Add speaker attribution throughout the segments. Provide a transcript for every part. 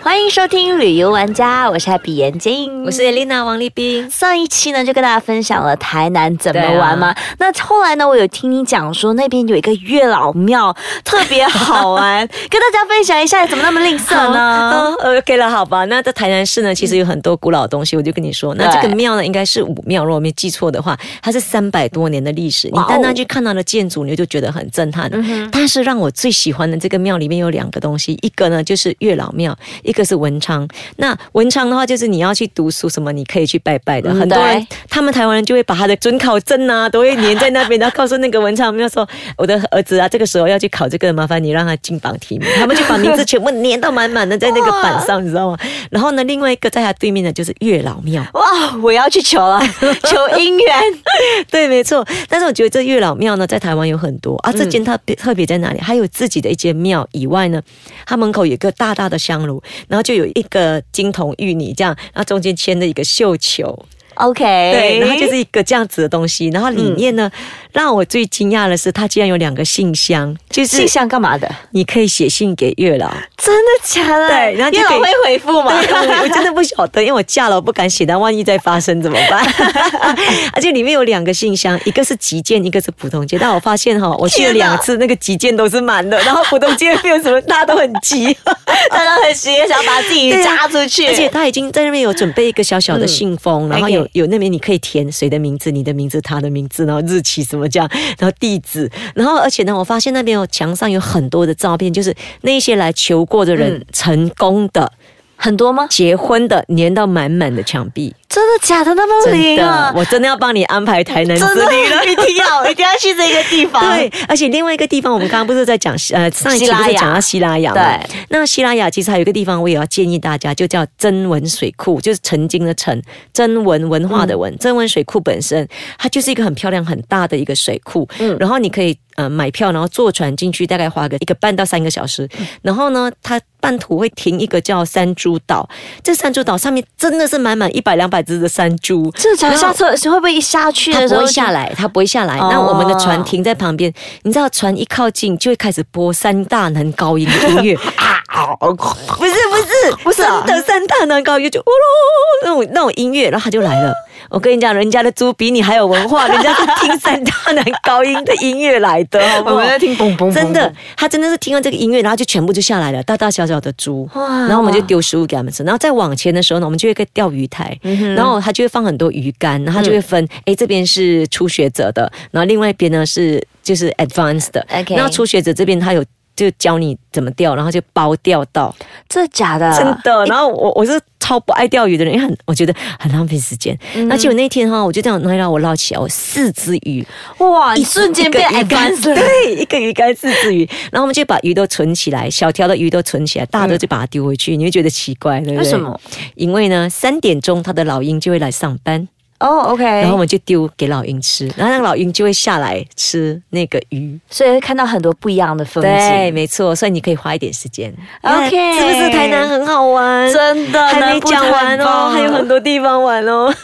Speaker 1: 欢迎收听《旅游玩家》，我是 Happy 眼镜，
Speaker 2: 我是 Elena 王立斌。
Speaker 1: 上一期呢，就跟大家分享了台南怎么
Speaker 2: 对啊
Speaker 1: 玩嘛。那后来呢，我有听你讲说那边有一个月老庙特别好 玩，跟大家分享一下，怎么那么吝啬呢？
Speaker 2: 嗯，OK 了，好吧。那在台南市呢，其实有很多古老的东西，我就跟你说，那这个庙呢，应该是武庙，如果我没记错的话，它是三百多年的历史。你
Speaker 1: 哇哦
Speaker 2: 单单去看它的建筑，你就觉得很震撼。
Speaker 1: 嗯
Speaker 2: 但是让我最喜欢的这个庙里面有两个东西，一个呢就是月老庙，一个是文昌。那文昌的话，就是你要去读书什么，你可以去拜拜的。
Speaker 1: 嗯
Speaker 2: 很多人
Speaker 1: 对，
Speaker 2: 他们台湾人就会把他的准考证啊，都会粘在那边，然后告诉那个文昌庙说，我的儿子啊，这个时候要去考这个，麻烦你让他金榜题名。他们就把名字全部粘到满满的在那个板上，你知道吗？ 然后呢，另外一个在他对面的就是月老庙。
Speaker 1: 哇，我要去求 了，求姻缘。
Speaker 2: 对，没错。但是我觉得这月老庙呢，在台湾有很多啊。这间特别特别在哪里？还有自己的一间庙以外呢，它门口有一个大大的香炉，然后就有一个金童玉女这样，然后中间牵着一个绣球，
Speaker 1: OK，
Speaker 2: 对，然后就是一个这样子的东西。然后里面呢，让我最惊讶的是，它竟然有两个信箱，就是
Speaker 1: 信箱干嘛的？
Speaker 2: 你可以写信给月老。
Speaker 1: 真的假的？
Speaker 2: 对然后就
Speaker 1: 月
Speaker 2: 可以
Speaker 1: 老会回复吗？
Speaker 2: 对 我我真的不晓得，因为我嫁了，我不敢写，但万一再发生怎么办？ 而且里面有两个信箱，一个是急件，一个是普通件。但我发现哈，我去了
Speaker 1: 天哪
Speaker 2: 两次，那个急件都是满的，然后普通件 没有什么，大家都很急。
Speaker 1: 大家很急，想把自己
Speaker 2: 对啊
Speaker 1: 扎出去，
Speaker 2: 而且他已经在那边有准备一个小小的信
Speaker 1: 嗯
Speaker 2: 封，然后有
Speaker 1: OK
Speaker 2: 有那边你可以填谁的名字、你的名字、他的名字，然后日期什么这样，然后地址，然后而且呢，我发现那边有墙上有很多的照片，就是那些来求过的
Speaker 1: 嗯
Speaker 2: 人、成功的。
Speaker 1: 很多吗？
Speaker 2: 结婚的粘到满满的墙壁，
Speaker 1: 真的假的？那么
Speaker 2: 真
Speaker 1: 灵啊
Speaker 2: 的，！我真的要帮你安排台南之
Speaker 1: 真的
Speaker 2: 旅 了。
Speaker 1: 一定要一定要去这个地 方。
Speaker 2: 对，而且另外一个地方，我们刚刚不是在讲 呃上一期
Speaker 1: 西拉
Speaker 2: 不
Speaker 1: 雅
Speaker 2: 是讲到西拉雅吗？
Speaker 1: 对，
Speaker 2: 那西拉雅其实还有一个地方，我也要建议大家，就叫真文水库，就是曾经的曾，真文文化的
Speaker 1: 嗯
Speaker 2: 文，真文水库本身它就是一个很漂亮很大的一个水库，
Speaker 1: 嗯
Speaker 2: 然后你可以呃买票，然后坐船进去，大概花个一个半到三个小时，然后呢，它半途会停一个叫山猪岛，这山猪岛上面真的是满满一百两百只的山猪，
Speaker 1: 这假如
Speaker 2: 然后
Speaker 1: 下车会不会一下去
Speaker 2: 它
Speaker 1: 的时
Speaker 2: 不
Speaker 1: 候
Speaker 2: 会下来，它不会下来。
Speaker 1: 哦
Speaker 2: 那我们的船停在旁边，你知道船一靠近就会开始播三大男高音的音乐，
Speaker 3: 啊
Speaker 2: 不是不是
Speaker 1: 不是啊
Speaker 2: 真的三大男高音就呜噜那种那种音乐，然后他就来了。我跟你讲，人家的猪比你还有文化，人家是听三大男高音的音乐来的，好不
Speaker 3: 我
Speaker 2: 好
Speaker 3: 们？在听嘣嘣，
Speaker 2: 真的，他真的是听到这个音乐，然后就全部就下来了，大大小小的猪，
Speaker 1: 哇
Speaker 2: 然后我们就丢食物给他们吃。然后再往前的时候呢，我们就有一个钓鱼台，然后他就会放很多鱼竿，然后他就会分，哎、这边是初学者的，然后另外一边呢是就是 advanced 的。
Speaker 1: OK
Speaker 2: 然后初学者这边他有就教你怎么钓，然后就包钓到。啊
Speaker 1: 这假的？
Speaker 2: 真的。然后我我是超不爱钓鱼的人，因为很我觉得很浪费时间。那结果那天哈，我就这样拿一捞，我捞起来，我四只鱼，
Speaker 1: 哇，你瞬间变
Speaker 2: 啊一个鱼竿
Speaker 1: advanced 了。
Speaker 2: 对，一个鱼竿四只鱼，然后我们就把鱼都存起来，小条的鱼都存起来，大的就把它丢回去，你会觉得奇怪，对不对？
Speaker 1: 为什么？
Speaker 2: 因为呢，三点钟它的老鹰就会来上班，
Speaker 1: 哦，OK、
Speaker 2: 然后
Speaker 1: o
Speaker 2: 我
Speaker 1: k
Speaker 2: 们就丢给老鹰吃，然后那个老鹰就会下来吃那个鱼。
Speaker 1: 所以会看到很多不一样的风
Speaker 2: 对，
Speaker 1: 景，
Speaker 2: 没错，所以你可以花一点时间。
Speaker 1: OK
Speaker 2: 是不是台南很好玩？
Speaker 1: 真的
Speaker 2: 还没讲完哦，还有很。多地方玩哦。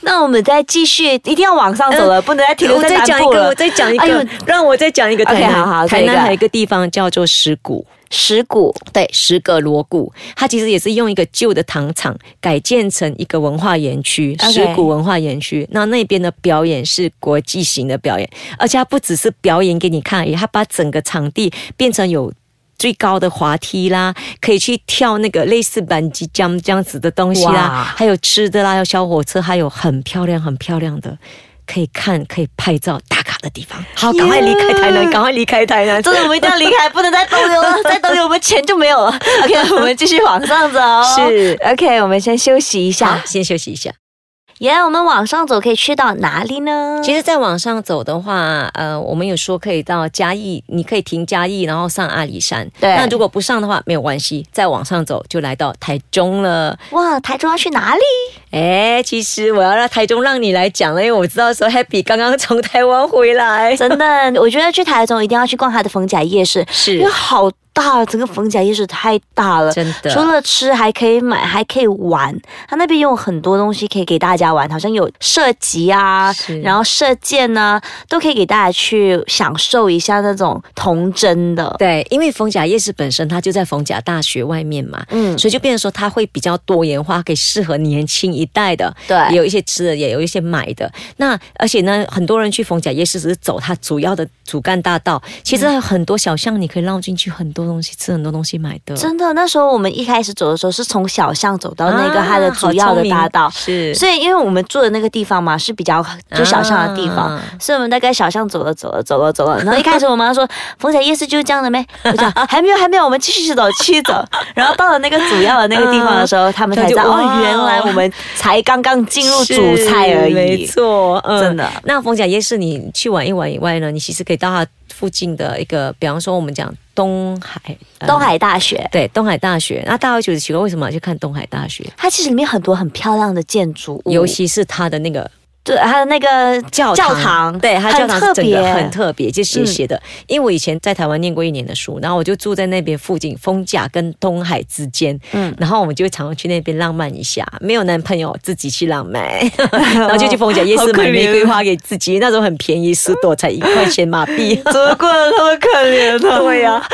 Speaker 1: 那我们再继续，一定要往上走了，不嗯能再 停留
Speaker 2: 我
Speaker 1: 在
Speaker 2: 再讲
Speaker 1: 南
Speaker 2: 一
Speaker 1: 部
Speaker 2: 个，
Speaker 1: 了。
Speaker 2: 我再讲一
Speaker 1: 哎
Speaker 2: 个
Speaker 1: 呦，
Speaker 2: 让我再讲一个
Speaker 1: OK，
Speaker 2: 台南。
Speaker 1: 好好
Speaker 2: 台
Speaker 1: 这
Speaker 2: 南
Speaker 1: 个
Speaker 2: 还有一个地方叫做石鼓，
Speaker 1: 石鼓，
Speaker 2: 对，石葛锣鼓，它其实也是用一个旧的糖厂改建成一个文化园区，
Speaker 1: OK
Speaker 2: 石鼓文化园区。那那边的表演是国际型的表演，而且它不只是表演给你看而已，它把整个场地变成有。最高的滑梯啦，可以去跳那个类似板机这样这样子的东西啦
Speaker 1: 哇，
Speaker 2: 还有吃的啦，有小火车，还有很漂亮很漂亮的可以看可以拍照打卡的地方。好，赶快离开台南，赶快离开台南。
Speaker 1: 真的我们一定要离开，不能再逗留 了，再逗留我们钱就没有了。OK，我们继续往上走。
Speaker 2: 是
Speaker 1: OK，我们先休息一
Speaker 2: 好
Speaker 1: 下，。
Speaker 2: 先休息一下。
Speaker 1: 耶我们往上走可以去到哪里呢？
Speaker 2: 其实再往上走的话，呃，我们有说可以到嘉义，你可以停嘉义，然后上阿里山。
Speaker 1: 对
Speaker 2: 那如果不上的话，没有关系，再往上走就来到台中了。
Speaker 1: 哇，台中要去 哪里？
Speaker 2: 哎，其实我要让台中让你来讲了，因为我知道说 Happy 刚刚从台湾回来，
Speaker 1: 真的，我觉得去台中一定要去逛它的逢甲夜市，因
Speaker 2: 是
Speaker 1: 为好大了，整个逢甲夜市太大了，
Speaker 2: 真的
Speaker 1: 除了吃还可以买，还可以玩。它那边有很多东西可以给大家玩，好像有射击啊
Speaker 2: 是，
Speaker 1: 然后射箭呢、都可以给大家去享受一下那种童真的。
Speaker 2: 对，因为逢甲夜市本身它就在逢甲大学外面嘛，
Speaker 1: 嗯
Speaker 2: 所以就变成说它会比较多元化，可以适合年轻一代的，
Speaker 1: 对
Speaker 2: 也有一些吃的，也有一些买的。那而且呢，很多人去逢甲夜市只是走它主要的主干大道，其实还有很多小巷，你可以绕进去，很多东西吃，很多东西买的。
Speaker 1: 真的，那时候我们一开始走的时候是从小巷走到那个
Speaker 2: 啊
Speaker 1: 它的主要的大道
Speaker 2: 好，聪明是，
Speaker 1: 所以因为我们住的那个地方嘛是比较就小巷的地方，
Speaker 2: 啊
Speaker 1: 所以我们大概小巷走了走了走了走了，然后一开始我妈 说逢甲夜市就是这样的咩？我讲还没有还没有，我们继续走继续 走。然后到了那个主要的那个地方的时候，他们才知道
Speaker 2: 他就
Speaker 1: 哦
Speaker 2: 哇，
Speaker 1: 原来我们才刚刚进入主菜而
Speaker 2: 是没
Speaker 1: 已。
Speaker 2: 错，嗯
Speaker 1: 真的。
Speaker 2: 那逢甲夜市你去玩一玩以外呢，你其实可以到它附近的一个，比方说我们讲东海，呃
Speaker 1: 东海大学，
Speaker 2: 对，东海大学。那大家会觉得奇怪，为什么要去看东海大学？
Speaker 1: 它其实里面很多很漂亮的建筑物，
Speaker 2: 尤其是它的那个
Speaker 1: 对它的那个
Speaker 2: 教堂，
Speaker 1: 教堂
Speaker 2: 对，它教堂
Speaker 1: 很特
Speaker 2: 是整个
Speaker 1: 别嗯
Speaker 2: 很特别，就斜斜的。因为我以前在台湾念过一年的书，然后我就住在那边附近，丰甲跟东海之间，
Speaker 1: 嗯
Speaker 2: 嗯，然后我们就常常去那边浪漫一下。没有男朋友，自己去 浪漫，然后就去丰甲夜
Speaker 1: 好
Speaker 2: 市
Speaker 1: 可
Speaker 2: 买玫瑰
Speaker 1: 怜
Speaker 2: 花给自己，那时候很便宜，十朵才一块 钱马币。
Speaker 1: 德国人他们可怜啊的，对
Speaker 2: 啊
Speaker 1: 呀、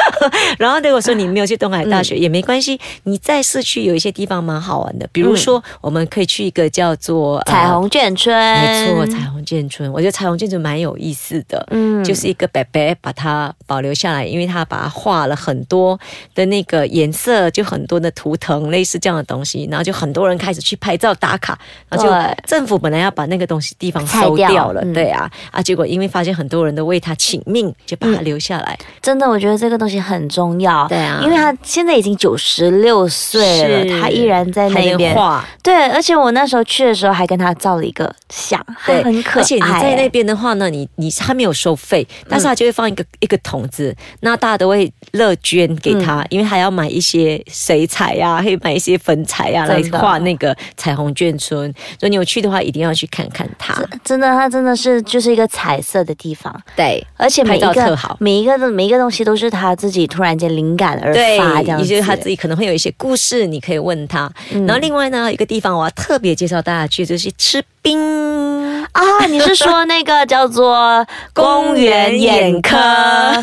Speaker 2: 然后如果说你没有去东海大
Speaker 1: 嗯
Speaker 2: 学、也没关系，你在市区有一些地方蛮好玩的，比如说我们可以去一个叫做、
Speaker 1: 嗯
Speaker 2: 呃
Speaker 1: 彩。虹眷村，
Speaker 2: 没错，彩虹建村，我觉得彩虹建村蛮有意思的，
Speaker 1: 嗯
Speaker 2: 嗯，就是一个伯伯把它保留下来，因为他把它画了很多的那个颜色，就很多的图腾，类似这样的东西，然后就很多人开始去拍照打卡，然后
Speaker 1: 对
Speaker 2: 就政府本来要把那个东西地方
Speaker 1: 拆
Speaker 2: 收
Speaker 1: 掉
Speaker 2: 掉了，
Speaker 1: 嗯
Speaker 2: 对啊，啊，结果因为发现很多人都为他请命，就把它留下来，
Speaker 1: 真的，我觉得这个东西很重要。
Speaker 2: 嗯对啊
Speaker 1: 因为他现在已经九十六岁
Speaker 2: 是
Speaker 1: 了，他依然在
Speaker 2: 还
Speaker 1: 那
Speaker 2: 能
Speaker 1: 边。
Speaker 2: 画，
Speaker 1: 对，而且我那时候去的时候还跟他照了一个相，他
Speaker 2: 对，
Speaker 1: 很可爱。嗯
Speaker 2: 而且你在那边的话呢，你你他没有收费，但是他就会放一个、一个桶子，那大家都会乐捐给他，
Speaker 1: 嗯
Speaker 2: 因为他要买一些水彩呀、可以买一些粉彩呀、来
Speaker 1: 真的
Speaker 2: 画那个彩虹眷村。所以你有去的话，一定要去看看它。
Speaker 1: 真的，它真的是就是一个彩色的地方，
Speaker 2: 对。
Speaker 1: 而且每一
Speaker 2: 拍照特
Speaker 1: 个
Speaker 2: 好
Speaker 1: 每一个的每一个东西都是他自己突然间灵感而
Speaker 2: 对
Speaker 1: 发这样，
Speaker 2: 也
Speaker 1: 子。
Speaker 2: 就是他自己可能会有一些故事，你可以问他。
Speaker 1: 嗯
Speaker 2: 然后另外呢，有一个地方我要特别介绍大家去，就是吃冰。
Speaker 1: 啊，你是说那个叫做公
Speaker 2: 公
Speaker 1: 园
Speaker 2: 园
Speaker 1: 眼
Speaker 2: 眼
Speaker 1: 科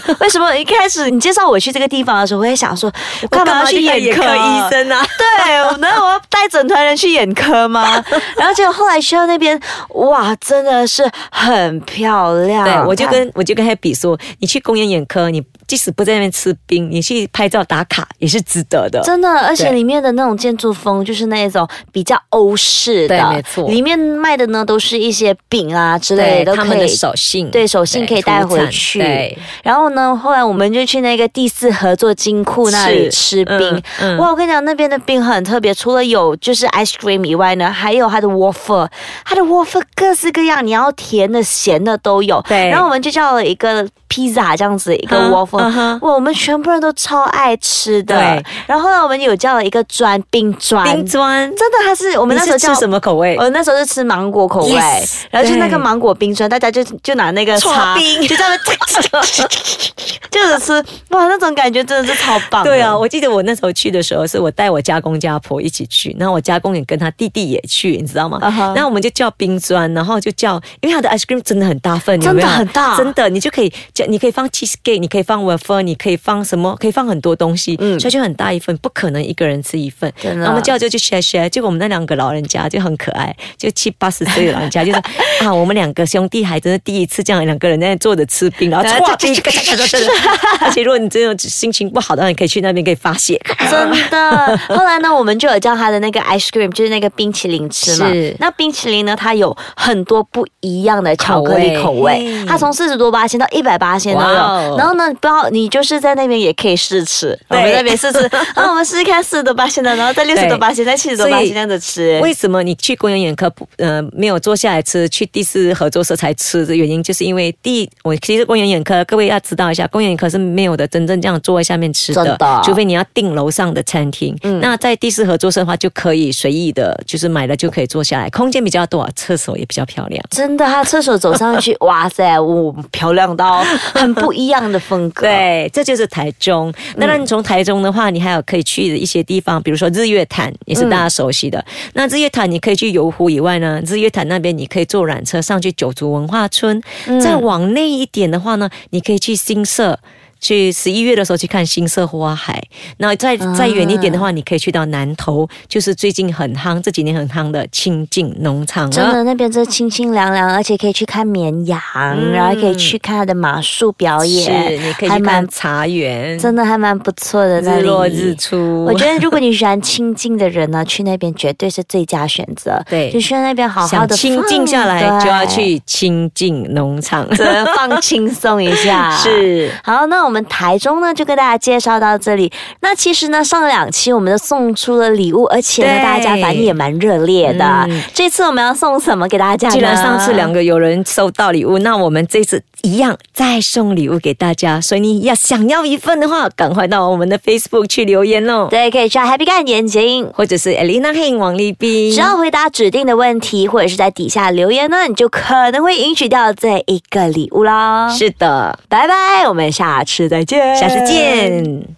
Speaker 2: 科？
Speaker 1: 为什么一开始你介绍我去这个地方的时候，我也想说，我干嘛要去眼科
Speaker 2: 医？生啊？
Speaker 1: 对，我难道我要带整团人去眼科 吗？然后结果后来去到那边，哇，真的是很漂亮。
Speaker 2: 对，我就
Speaker 1: 它
Speaker 2: 跟我就跟 Happy 说，你去公园眼科，你即使不在那边吃冰，你去拍照打卡也是值得的。
Speaker 1: 真的，而且
Speaker 2: 对
Speaker 1: 里面的那种建筑风就是那种比较欧式的，
Speaker 2: 对没错
Speaker 1: 里面卖的呢都是一些饼啊之类
Speaker 2: 对，
Speaker 1: 的，都
Speaker 2: 他们
Speaker 1: 可
Speaker 2: 的
Speaker 1: 以
Speaker 2: 手信，
Speaker 1: 对手信可以带回去
Speaker 2: 土产对，
Speaker 1: 然后呢，后来我们就去那个第四合作金库那里
Speaker 2: 是
Speaker 1: 吃冰。
Speaker 2: 嗯嗯
Speaker 1: 哇，我跟你讲，那边的冰很特别，除了有就是 ice cream 以外呢，还有它的 waffle，它的 waffle 各式各样，你要甜的、咸的都有。
Speaker 2: 对
Speaker 1: 然后我们就叫了一个 pizza 这样子，一个
Speaker 2: 嗯
Speaker 1: waffle、
Speaker 2: 嗯哼
Speaker 1: 哇，我们全部人都超爱吃的
Speaker 2: 对。
Speaker 1: 然后后来我们有叫了一个砖冰砖，
Speaker 2: 冰砖。
Speaker 1: 真的它是我
Speaker 2: 我
Speaker 1: 们那时候叫呃
Speaker 2: 吃什么口味？
Speaker 1: 我那时候是吃芒果口味
Speaker 2: Yes，
Speaker 1: 然后就那个
Speaker 2: 对
Speaker 1: 芒果冰砖，大家就就拿那个
Speaker 2: 搓
Speaker 1: 叉，
Speaker 2: 冰
Speaker 1: 就这 样子就是吃，哇，那种感觉真的是超棒的。
Speaker 2: 对啊，我记得我那时候去的时候，是我带我家公家婆一起去，然后我家公也跟他弟弟也去，你知道吗
Speaker 1: 啊哈
Speaker 2: 然后我们就叫冰砖，然后就叫，因为他的 ice cream 真的很大份，
Speaker 1: 真的
Speaker 2: 有没有
Speaker 1: 很大
Speaker 2: 真的，你就可以叫，你可以放 cheesecake，你可以放 waffle，你可以放什么，可以放很多东西，
Speaker 1: 嗯
Speaker 2: 所以就很大一份，不可能一个人吃一份。
Speaker 1: 真的
Speaker 2: 然后我们叫就去 share share，结果我们那两个老人家就很可爱，就七八十岁的老人家就说啊，我们两个兄弟还真是第一次这样两个人在那坐着吃冰，然后
Speaker 1: 这
Speaker 2: 唰冰
Speaker 1: 这这这这
Speaker 2: 而且如果你真的心情不好的话，你可以去那边可以发泄。
Speaker 1: 真 的。后来呢，我们就有叫他的那个 ice cream，就是那个冰淇淋吃嘛
Speaker 2: 是。
Speaker 1: 那冰淇淋呢，它有很多不一样的巧克力口
Speaker 2: 口
Speaker 1: 味，
Speaker 2: 味
Speaker 1: 它从四十多八千到一百八千都有。
Speaker 2: 哇哦
Speaker 1: 然后呢，不要你就是在那边也可以试吃，我
Speaker 2: 对
Speaker 1: 们那边 试吃，然后我们试试看四十多八千的，然后再六十多八千，再七十多八千这样子吃。
Speaker 2: 为什么你去公园眼科不呃没有坐下来吃，去第四合作社才吃的原因，就是因为第一我其实公园眼科各位要知道一下，公园眼科是没有的真正这样坐在下面吃
Speaker 1: 真
Speaker 2: 的，
Speaker 1: 的嗯
Speaker 2: 除非你要订楼上的餐厅。那在第四合作社的话，就可以随意的，就是买了就可以坐下来，空间比较多，厕所也比较漂亮。
Speaker 1: 真的，他厕所走上去，哇塞，我、漂亮到很不一样的风 格。
Speaker 2: 对，这就是台中。
Speaker 1: 嗯
Speaker 2: 那当你从台中的话，你还有可以去的一些地方，比如说日月潭，也是大家熟悉的。
Speaker 1: 嗯
Speaker 2: 那日月潭你可以去游湖以外呢，日月潭那边你可以坐缆车上去九族文化村。
Speaker 1: 嗯
Speaker 2: 再往内一点的话呢，你可以去新社。去十一月的时候去看新社花海，那再
Speaker 1: 啊
Speaker 2: 再远一点的话，你可以去到南投，就是最近很夯，这几年很夯的清境农场啊了。
Speaker 1: 真的，那边真的清清凉凉，而且可以去看绵羊，然后还可以去看它的马术表演，
Speaker 2: 嗯是，你可以
Speaker 1: 还
Speaker 2: 去
Speaker 1: 蛮
Speaker 2: 看茶园，
Speaker 1: 真的还蛮不错的那
Speaker 2: 日
Speaker 1: 里。
Speaker 2: 落日出。
Speaker 1: 我觉得，如果你喜欢清静的人呢，去那边绝对是最佳选择。
Speaker 2: 对
Speaker 1: 就去那边好啊好
Speaker 2: 想
Speaker 1: 的
Speaker 2: 清静下来，就要去清静农场。
Speaker 1: 放轻松一下。。
Speaker 2: 是，
Speaker 1: 好，那我们台中呢就跟大家介绍到这里。那其实呢，上两期我们都送出了礼物，而且呢，
Speaker 2: 对
Speaker 1: 大家反应也蛮热烈的。
Speaker 2: 嗯
Speaker 1: 这次我们要送什么给大家呢？
Speaker 2: 既然上次两个有人收到礼物，那我们这次一样再送礼物给大家。所以你要想要一份的话，赶快到我们的 Facebook 去留言哦，
Speaker 1: 对，可以叫 Happy 干眼睛。
Speaker 2: 或者是 Elena Heng 王立斌
Speaker 1: 只。要回答指定的问题，或者是在底下留言呢，你就可能会赢取掉这一个礼物啦。
Speaker 2: 是的，
Speaker 1: 拜拜，我们下次再见，
Speaker 2: 下次见。